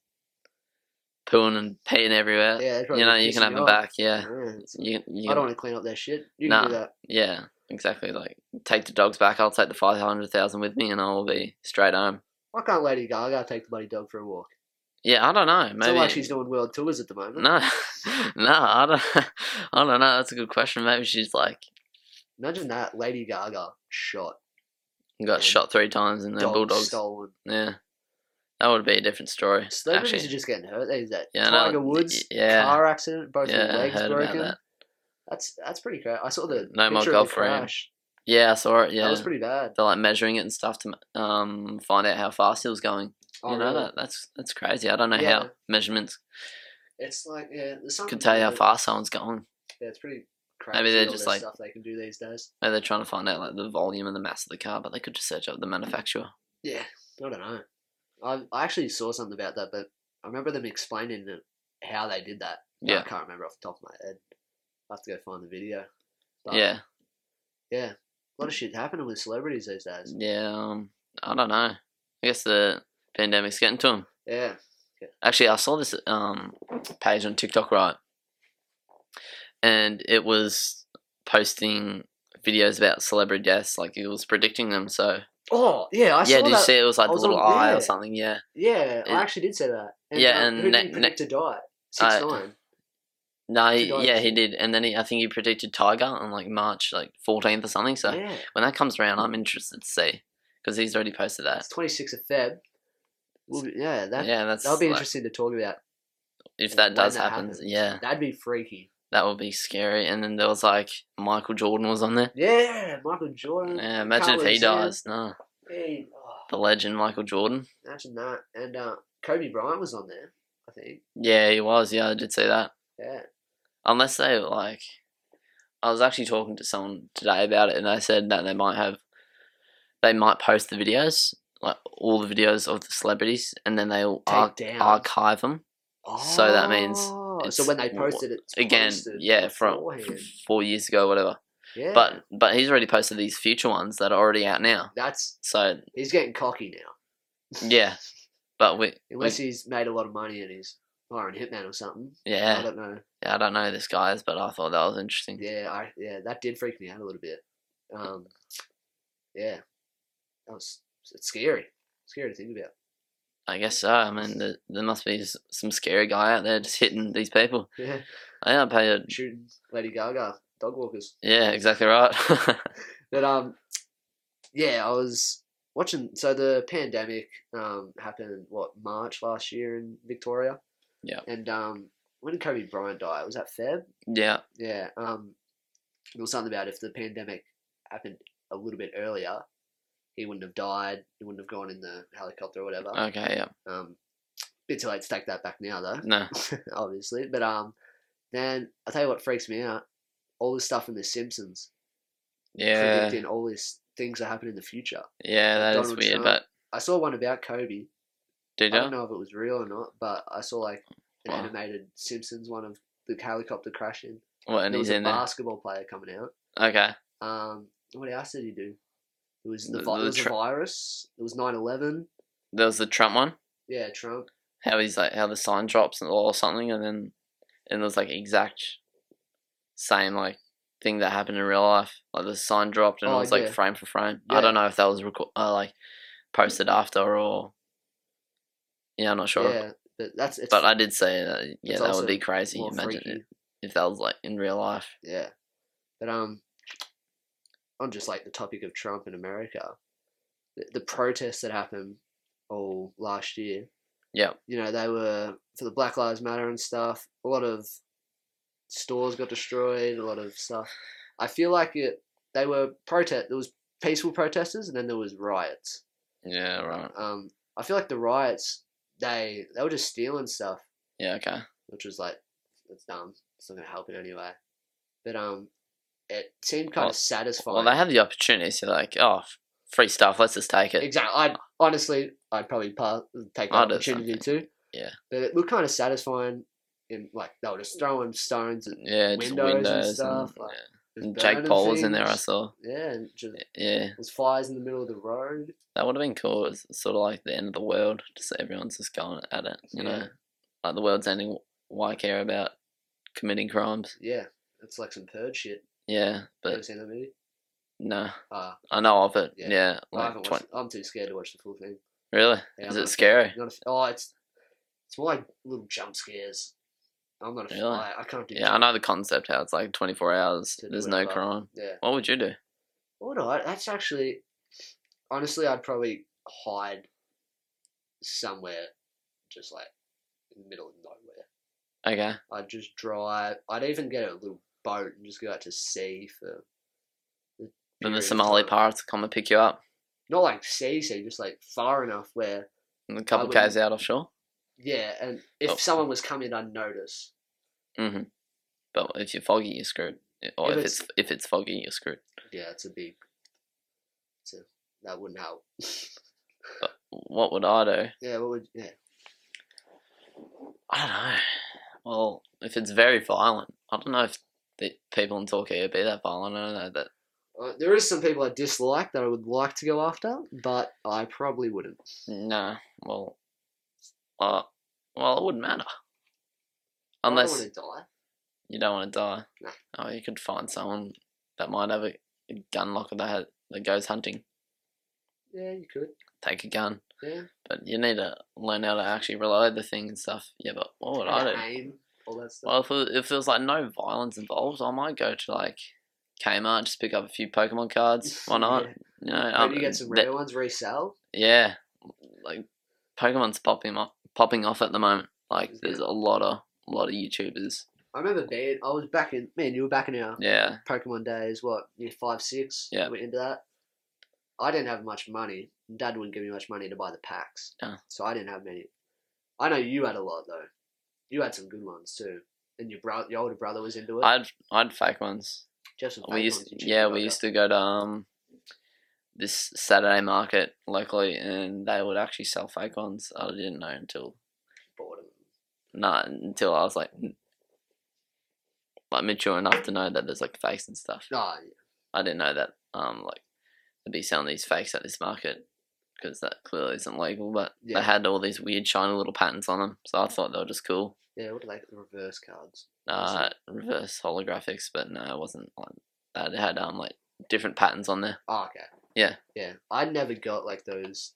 [SPEAKER 1] pooing and peeing everywhere.
[SPEAKER 2] Yeah, they'd probably
[SPEAKER 1] you know,
[SPEAKER 2] be
[SPEAKER 1] you can
[SPEAKER 2] pissing
[SPEAKER 1] have
[SPEAKER 2] me
[SPEAKER 1] them
[SPEAKER 2] off.
[SPEAKER 1] back. Yeah,
[SPEAKER 2] Yeah, it's-
[SPEAKER 1] you, you
[SPEAKER 2] I don't want to clean up their shit. You
[SPEAKER 1] Nah.
[SPEAKER 2] can do that.
[SPEAKER 1] Yeah, exactly. Like, take the dogs back. I'll take the five hundred thousand with me, and I'll be straight home.
[SPEAKER 2] Why can't Lady Gaga take the bloody dog for a walk?
[SPEAKER 1] Yeah, I don't know. Maybe
[SPEAKER 2] It's not like she's doing world tours at the moment.
[SPEAKER 1] no, no. I don't. I don't know. That's a good question. Maybe she's like
[SPEAKER 2] Imagine that Lady Gaga shot.
[SPEAKER 1] got
[SPEAKER 2] Yeah.
[SPEAKER 1] shot three times and then
[SPEAKER 2] dog
[SPEAKER 1] bulldogs.
[SPEAKER 2] stolen.
[SPEAKER 1] Yeah, that would be a different story.
[SPEAKER 2] Celebrities
[SPEAKER 1] actually.
[SPEAKER 2] are just getting hurt these days.
[SPEAKER 1] Yeah, I know.
[SPEAKER 2] Tiger Woods,
[SPEAKER 1] Y- yeah.
[SPEAKER 2] car accident, both
[SPEAKER 1] Yeah,
[SPEAKER 2] his
[SPEAKER 1] I
[SPEAKER 2] legs
[SPEAKER 1] heard about
[SPEAKER 2] broken.
[SPEAKER 1] that.
[SPEAKER 2] That's that's pretty crazy. I saw the
[SPEAKER 1] No more
[SPEAKER 2] picture of
[SPEAKER 1] golf
[SPEAKER 2] the
[SPEAKER 1] for him.
[SPEAKER 2] crash.
[SPEAKER 1] Yeah, I saw it.
[SPEAKER 2] That
[SPEAKER 1] Yeah,
[SPEAKER 2] was pretty bad.
[SPEAKER 1] they're like measuring it and stuff to um find out how fast he was going.
[SPEAKER 2] Oh,
[SPEAKER 1] you know
[SPEAKER 2] really?
[SPEAKER 1] that that's that's crazy. I don't know
[SPEAKER 2] Yeah.
[SPEAKER 1] how measurements
[SPEAKER 2] It's like yeah, there's something
[SPEAKER 1] could tell you how
[SPEAKER 2] that-
[SPEAKER 1] fast someone's going.
[SPEAKER 2] Yeah, it's pretty crazy.
[SPEAKER 1] Maybe they're
[SPEAKER 2] all
[SPEAKER 1] just
[SPEAKER 2] the
[SPEAKER 1] like-
[SPEAKER 2] stuff they can do these days.
[SPEAKER 1] Maybe they're trying to find out like the volume and the mass of the car, but they could just search up the manufacturer.
[SPEAKER 2] Yeah, I don't know. I I actually saw something about that, but I remember them explaining it, how they did that. But
[SPEAKER 1] Yeah,
[SPEAKER 2] I can't remember off the top of my head. I have to go find the video. But
[SPEAKER 1] yeah,
[SPEAKER 2] yeah. A lot of shit happening with celebrities these days.
[SPEAKER 1] yeah. Um, I don't know. I guess the pandemic's getting to him.
[SPEAKER 2] Yeah,
[SPEAKER 1] Actually, I saw this um page on TikTok right, and it was posting videos about celebrity deaths, like it was predicting them. So
[SPEAKER 2] Oh yeah, I
[SPEAKER 1] yeah,
[SPEAKER 2] saw
[SPEAKER 1] did you
[SPEAKER 2] that.
[SPEAKER 1] see it was like
[SPEAKER 2] I
[SPEAKER 1] the
[SPEAKER 2] was
[SPEAKER 1] little
[SPEAKER 2] on-
[SPEAKER 1] eye
[SPEAKER 2] yeah.
[SPEAKER 1] or something? Yeah,
[SPEAKER 2] Yeah,
[SPEAKER 1] It-
[SPEAKER 2] I actually did say that.
[SPEAKER 1] Yeah,
[SPEAKER 2] um,
[SPEAKER 1] and
[SPEAKER 2] who
[SPEAKER 1] ne-
[SPEAKER 2] did
[SPEAKER 1] ne- Uh,
[SPEAKER 2] you predict to die? Six
[SPEAKER 1] I-
[SPEAKER 2] nine.
[SPEAKER 1] no,
[SPEAKER 2] He
[SPEAKER 1] he-
[SPEAKER 2] died.
[SPEAKER 1] yeah, he did, and then he, I think he predicted Tiger on like March like fourteenth or something. So
[SPEAKER 2] yeah,
[SPEAKER 1] when that comes around, I'm interested to see because he's already posted that.
[SPEAKER 2] it's twenty sixth of Feb. We'll be- yeah, that
[SPEAKER 1] uh, yeah, that's
[SPEAKER 2] that'll be
[SPEAKER 1] like,
[SPEAKER 2] interesting to talk about.
[SPEAKER 1] if
[SPEAKER 2] when
[SPEAKER 1] that does
[SPEAKER 2] that
[SPEAKER 1] happen.
[SPEAKER 2] happens.
[SPEAKER 1] Yeah,
[SPEAKER 2] That'd be freaky.
[SPEAKER 1] that would be scary. And then there was like Michael Jordan was on there.
[SPEAKER 2] Yeah, Michael Jordan.
[SPEAKER 1] Yeah, imagine if he
[SPEAKER 2] lose him.
[SPEAKER 1] dies. No,
[SPEAKER 2] Hey, oh,
[SPEAKER 1] the legend Michael Jordan.
[SPEAKER 2] imagine that. And uh, Kobe Bryant was on there, I think.
[SPEAKER 1] Yeah, he was. Yeah, I did see that.
[SPEAKER 2] Yeah.
[SPEAKER 1] Unless they like, I was actually talking to someone today about it, and they said that they might have, they might post the videos, like all the videos of the celebrities, and then they'll
[SPEAKER 2] Take
[SPEAKER 1] ar-
[SPEAKER 2] down.
[SPEAKER 1] archive them so that means
[SPEAKER 2] Oh, so
[SPEAKER 1] it's-
[SPEAKER 2] when they posted it it's
[SPEAKER 1] again.
[SPEAKER 2] posted
[SPEAKER 1] Yeah, from
[SPEAKER 2] beforehand.
[SPEAKER 1] four years ago, whatever.
[SPEAKER 2] yeah.
[SPEAKER 1] But but he's already posted these future ones that are already out now.
[SPEAKER 2] that's
[SPEAKER 1] So
[SPEAKER 2] he's getting cocky now.
[SPEAKER 1] yeah, but we, we
[SPEAKER 2] Unless he's made a lot of money and he's hiring hitman or something. I
[SPEAKER 1] yeah,
[SPEAKER 2] don't know.
[SPEAKER 1] yeah, I don't know this guys, but I thought that was interesting.
[SPEAKER 2] Yeah, I yeah, that did freak me out a little bit. Um, yeah, that was it's scary, scary to think about.
[SPEAKER 1] I guess so. I mean, there, there must be s- some scary guy out there just hitting these people.
[SPEAKER 2] Yeah,
[SPEAKER 1] I don't pay a
[SPEAKER 2] shooting Lady Gaga, dog walkers.
[SPEAKER 1] yeah, exactly right.
[SPEAKER 2] But um, yeah, I was watching. So the pandemic um happened what March last year in Victoria.
[SPEAKER 1] Yeah.
[SPEAKER 2] and um, when did Kobe Bryant die? Was that Feb?
[SPEAKER 1] yeah,
[SPEAKER 2] Yeah. Um, there was something about if the pandemic happened a little bit earlier, he wouldn't have died. He wouldn't have gone in the helicopter or whatever.
[SPEAKER 1] okay, yeah,
[SPEAKER 2] Um, bit too late to take that back now, though,
[SPEAKER 1] no,
[SPEAKER 2] obviously. But um, then I'll tell you what freaks me out: all this stuff in The Simpsons
[SPEAKER 1] yeah,
[SPEAKER 2] predicting all these things that happen in the future.
[SPEAKER 1] yeah, that is
[SPEAKER 2] Donald
[SPEAKER 1] weird.
[SPEAKER 2] Trump.
[SPEAKER 1] But
[SPEAKER 2] I saw one about Kobe.
[SPEAKER 1] did
[SPEAKER 2] I don't
[SPEAKER 1] you?
[SPEAKER 2] know if it was real or not, but I saw like an
[SPEAKER 1] Wow.
[SPEAKER 2] animated Simpsons one of the helicopter crashing.
[SPEAKER 1] What?
[SPEAKER 2] And
[SPEAKER 1] And
[SPEAKER 2] there
[SPEAKER 1] he's
[SPEAKER 2] was a
[SPEAKER 1] in there.
[SPEAKER 2] basketball player coming out.
[SPEAKER 1] Okay,
[SPEAKER 2] Um, what else did he do? It was the,
[SPEAKER 1] The-
[SPEAKER 2] vi-
[SPEAKER 1] the
[SPEAKER 2] it was a
[SPEAKER 1] tr-
[SPEAKER 2] virus. It was 9-11.
[SPEAKER 1] there was the Trump one.
[SPEAKER 2] Yeah, Trump.
[SPEAKER 1] How he's like how the sign drops or something, and then and there's like exact same like thing that happened in real life. Like the sign dropped and
[SPEAKER 2] Oh,
[SPEAKER 1] it was like
[SPEAKER 2] yeah.
[SPEAKER 1] frame for frame. I
[SPEAKER 2] Yeah.
[SPEAKER 1] don't know if that was reco- uh, like posted after or yeah, I'm not sure.
[SPEAKER 2] Yeah, but that's it's
[SPEAKER 1] But I did say that yeah,
[SPEAKER 2] it's
[SPEAKER 1] that
[SPEAKER 2] also
[SPEAKER 1] would be crazy.
[SPEAKER 2] more
[SPEAKER 1] Imagine
[SPEAKER 2] freaky.
[SPEAKER 1] it, if that was like in real life.
[SPEAKER 2] Yeah, but um, on just like the topic of Trump in America, the, the protests that happened all last year.
[SPEAKER 1] Yep.
[SPEAKER 2] You know they were for the Black Lives Matter and stuff. A lot of stores got destroyed. A lot of stuff. I feel like it. They were protest. There was peaceful protesters, and then there was riots.
[SPEAKER 1] Yeah, right.
[SPEAKER 2] um, I feel like the riots they they were just stealing stuff,
[SPEAKER 1] Yeah, okay.
[SPEAKER 2] which was like it's dumb. It's not gonna help in any way. But um, it seemed kind
[SPEAKER 1] Well-
[SPEAKER 2] of satisfying.
[SPEAKER 1] Oh, Well, they had the opportunity, so like, oh, f- free stuff, let's just take it.
[SPEAKER 2] exactly. I honestly, I'd probably pa take that
[SPEAKER 1] I'd do
[SPEAKER 2] opportunity too.
[SPEAKER 1] Yeah.
[SPEAKER 2] but it looked kind of satisfying. In like they were just throwing stones and
[SPEAKER 1] Yeah, just
[SPEAKER 2] Windows
[SPEAKER 1] windows,
[SPEAKER 2] and
[SPEAKER 1] and,
[SPEAKER 2] stuff, like,
[SPEAKER 1] yeah.
[SPEAKER 2] just
[SPEAKER 1] And Jake
[SPEAKER 2] burning
[SPEAKER 1] Paul was in there. I
[SPEAKER 2] things.
[SPEAKER 1] saw.
[SPEAKER 2] Yeah, and just
[SPEAKER 1] Yeah,
[SPEAKER 2] there's fires in the middle of the road.
[SPEAKER 1] that would have been cool. It's sort of like the end of the world. Just everyone's just going at it. You know,
[SPEAKER 2] Yeah.
[SPEAKER 1] like the world's ending. Why care about committing crimes?
[SPEAKER 2] Yeah, it's like some purge shit.
[SPEAKER 1] Yeah,
[SPEAKER 2] Have
[SPEAKER 1] but
[SPEAKER 2] Ever seen that movie?
[SPEAKER 1] no,
[SPEAKER 2] Uh,
[SPEAKER 1] I know of it. Yeah,
[SPEAKER 2] Yeah. I
[SPEAKER 1] like
[SPEAKER 2] haven't
[SPEAKER 1] 20
[SPEAKER 2] watched. it. I'm too scared to watch the full thing.
[SPEAKER 1] really,
[SPEAKER 2] Yeah,
[SPEAKER 1] is
[SPEAKER 2] I'm
[SPEAKER 1] it
[SPEAKER 2] not-
[SPEAKER 1] scary?
[SPEAKER 2] Not a f oh, it's It's more like little jump scares. I'm not a
[SPEAKER 1] Really?
[SPEAKER 2] I, I can't do.
[SPEAKER 1] Yeah, I know the concept how it's like 24 hours,
[SPEAKER 2] To do
[SPEAKER 1] there's no
[SPEAKER 2] whatever.
[SPEAKER 1] crime.
[SPEAKER 2] Yeah.
[SPEAKER 1] What would you do?
[SPEAKER 2] Well, no, I- that's actually, honestly, I'd probably hide somewhere, just like in the middle of nowhere.
[SPEAKER 1] Okay.
[SPEAKER 2] I'd just drive. I'd even get a little boat and just go out to sea for. a
[SPEAKER 1] Then
[SPEAKER 2] period
[SPEAKER 1] the
[SPEAKER 2] of
[SPEAKER 1] Somali
[SPEAKER 2] time.
[SPEAKER 1] pirates come and pick you up.
[SPEAKER 2] Not like sea, sea, just like far enough where
[SPEAKER 1] And a couple
[SPEAKER 2] wouldn't-
[SPEAKER 1] k's out offshore.
[SPEAKER 2] yeah, and if
[SPEAKER 1] Oh.
[SPEAKER 2] someone was coming unnoticed,
[SPEAKER 1] But if you're foggy, you're screwed. Or
[SPEAKER 2] If
[SPEAKER 1] if, it's, if it's foggy, you're screwed.
[SPEAKER 2] yeah, it's a big. It's a, that wouldn't help.
[SPEAKER 1] What would I do?
[SPEAKER 2] yeah, what would yeah?
[SPEAKER 1] I don't know. Well, if it's very violent, I don't know if the people in Torquay would be that violent. I don't know that.
[SPEAKER 2] Uh, there is some people I dislike that I would like to go after, but I probably wouldn't.
[SPEAKER 1] No. Well, uh, well, it wouldn't matter.
[SPEAKER 2] I
[SPEAKER 1] Unless
[SPEAKER 2] don't want to die.
[SPEAKER 1] you don't want to die.
[SPEAKER 2] No.
[SPEAKER 1] Oh, you could find someone that might have a, a gun locker that, ha- that goes hunting.
[SPEAKER 2] Yeah, you could.
[SPEAKER 1] Take a gun.
[SPEAKER 2] Yeah.
[SPEAKER 1] But you need to learn how to actually reload the thing and stuff. Yeah, but what would I do?
[SPEAKER 2] Aim, all that stuff.
[SPEAKER 1] Well, if, it- if there was like no violence involved, I might go to like Kmart, just pick up a few Pokemon cards. Why not?
[SPEAKER 2] Yeah.
[SPEAKER 1] You know,
[SPEAKER 2] Maybe
[SPEAKER 1] um,
[SPEAKER 2] you get some
[SPEAKER 1] that-
[SPEAKER 2] rare ones, resell.
[SPEAKER 1] yeah, like Pokemon's popping up, popping off at the moment. Like, there's a lot of lot of YouTubers.
[SPEAKER 2] I remember being, I was back in, man, you were back in our
[SPEAKER 1] Yeah,
[SPEAKER 2] Pokemon days, what, year five, six?
[SPEAKER 1] Yeah.
[SPEAKER 2] Went into that. I didn't have much money. Dad wouldn't give me much money to buy the packs.
[SPEAKER 1] Yeah.
[SPEAKER 2] So I didn't have many. I know you had a lot, though. You had some good ones, too. And your brother, your older brother was into it.
[SPEAKER 1] I'd I'd fake ones.
[SPEAKER 2] Just some
[SPEAKER 1] we
[SPEAKER 2] fake
[SPEAKER 1] used
[SPEAKER 2] ones you cheaped
[SPEAKER 1] yeah
[SPEAKER 2] out
[SPEAKER 1] we
[SPEAKER 2] of.
[SPEAKER 1] used to go to um this Saturday market locally, and they would actually sell fake ones. I didn't know until
[SPEAKER 2] Bought 'em.
[SPEAKER 1] not until I was like n- like mature enough to know that there's like fakes and stuff.
[SPEAKER 2] Oh, yeah.
[SPEAKER 1] I didn't know that um like they'd be selling these fakes at this market because that clearly isn't legal. But
[SPEAKER 2] Yeah.
[SPEAKER 1] they had all these weird shiny little patterns on them, so I thought they were just cool.
[SPEAKER 2] Yeah, what are they? The reverse cards.
[SPEAKER 1] Uh, reverse holographics, but no, it wasn't like that. It had um like different patterns on there.
[SPEAKER 2] Oh, okay.
[SPEAKER 1] Yeah.
[SPEAKER 2] Yeah. I never got like those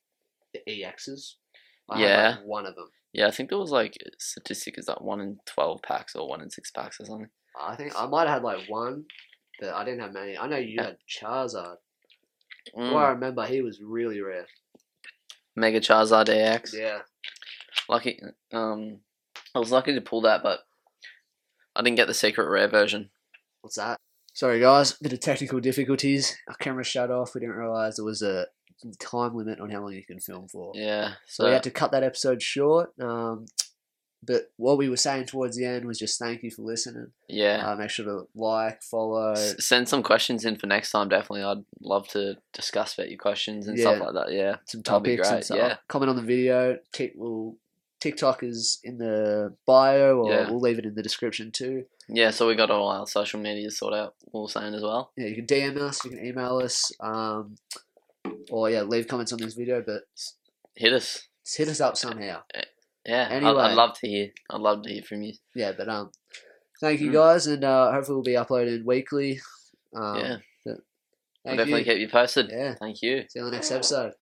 [SPEAKER 2] the EXs. I Had,
[SPEAKER 1] Yeah.
[SPEAKER 2] like, one of them.
[SPEAKER 1] Yeah, I think there was like a statistic is like one in twelve packs or one in six packs or something.
[SPEAKER 2] I think I might have had like one, but I didn't have many. I know you
[SPEAKER 1] Yeah.
[SPEAKER 2] had Charizard.
[SPEAKER 1] Mm.
[SPEAKER 2] Well, I remember he was really rare.
[SPEAKER 1] Mega Charizard AX.
[SPEAKER 2] Yeah.
[SPEAKER 1] lucky um I was lucky to pull that but I didn't get the secret rare version.
[SPEAKER 2] What's that? Sorry guys, bit of technical difficulties. Our camera shut off. We didn't realize there was a time limit on how long you can film for.
[SPEAKER 1] Yeah.
[SPEAKER 2] So we
[SPEAKER 1] So
[SPEAKER 2] had to cut that episode short. Um, but what we were saying towards the end was just thank you for listening.
[SPEAKER 1] yeah.
[SPEAKER 2] Uh, make sure to like, follow,
[SPEAKER 1] S- send some questions in for next time definitely. I'd love to discuss about your questions and
[SPEAKER 2] Yeah.
[SPEAKER 1] stuff like that. Yeah.
[SPEAKER 2] some
[SPEAKER 1] That'd be
[SPEAKER 2] topics and
[SPEAKER 1] great,
[SPEAKER 2] stuff.
[SPEAKER 1] yeah.
[SPEAKER 2] Comment on the video. Tick, we'll, TikTok is in the bio, or
[SPEAKER 1] Yeah.
[SPEAKER 2] we'll leave it in the description too.
[SPEAKER 1] Yeah, so we got all our social media sort out all saying as well.
[SPEAKER 2] Yeah, you can DM us, you can email us, um, or yeah, leave comments on this video. But s-
[SPEAKER 1] Hit us.
[SPEAKER 2] just hit us up somehow.
[SPEAKER 1] Yeah. I'd,
[SPEAKER 2] Anyway.
[SPEAKER 1] I'd love to hear. I'd love to hear from you.
[SPEAKER 2] Yeah, but um, thank you
[SPEAKER 1] Mm.
[SPEAKER 2] guys, and uh, hopefully we'll be uploading weekly. Um,
[SPEAKER 1] yeah.
[SPEAKER 2] but
[SPEAKER 1] I'll
[SPEAKER 2] thank
[SPEAKER 1] definitely
[SPEAKER 2] you.
[SPEAKER 1] keep you posted.
[SPEAKER 2] Yeah,
[SPEAKER 1] Thank you.
[SPEAKER 2] see you on the next episode.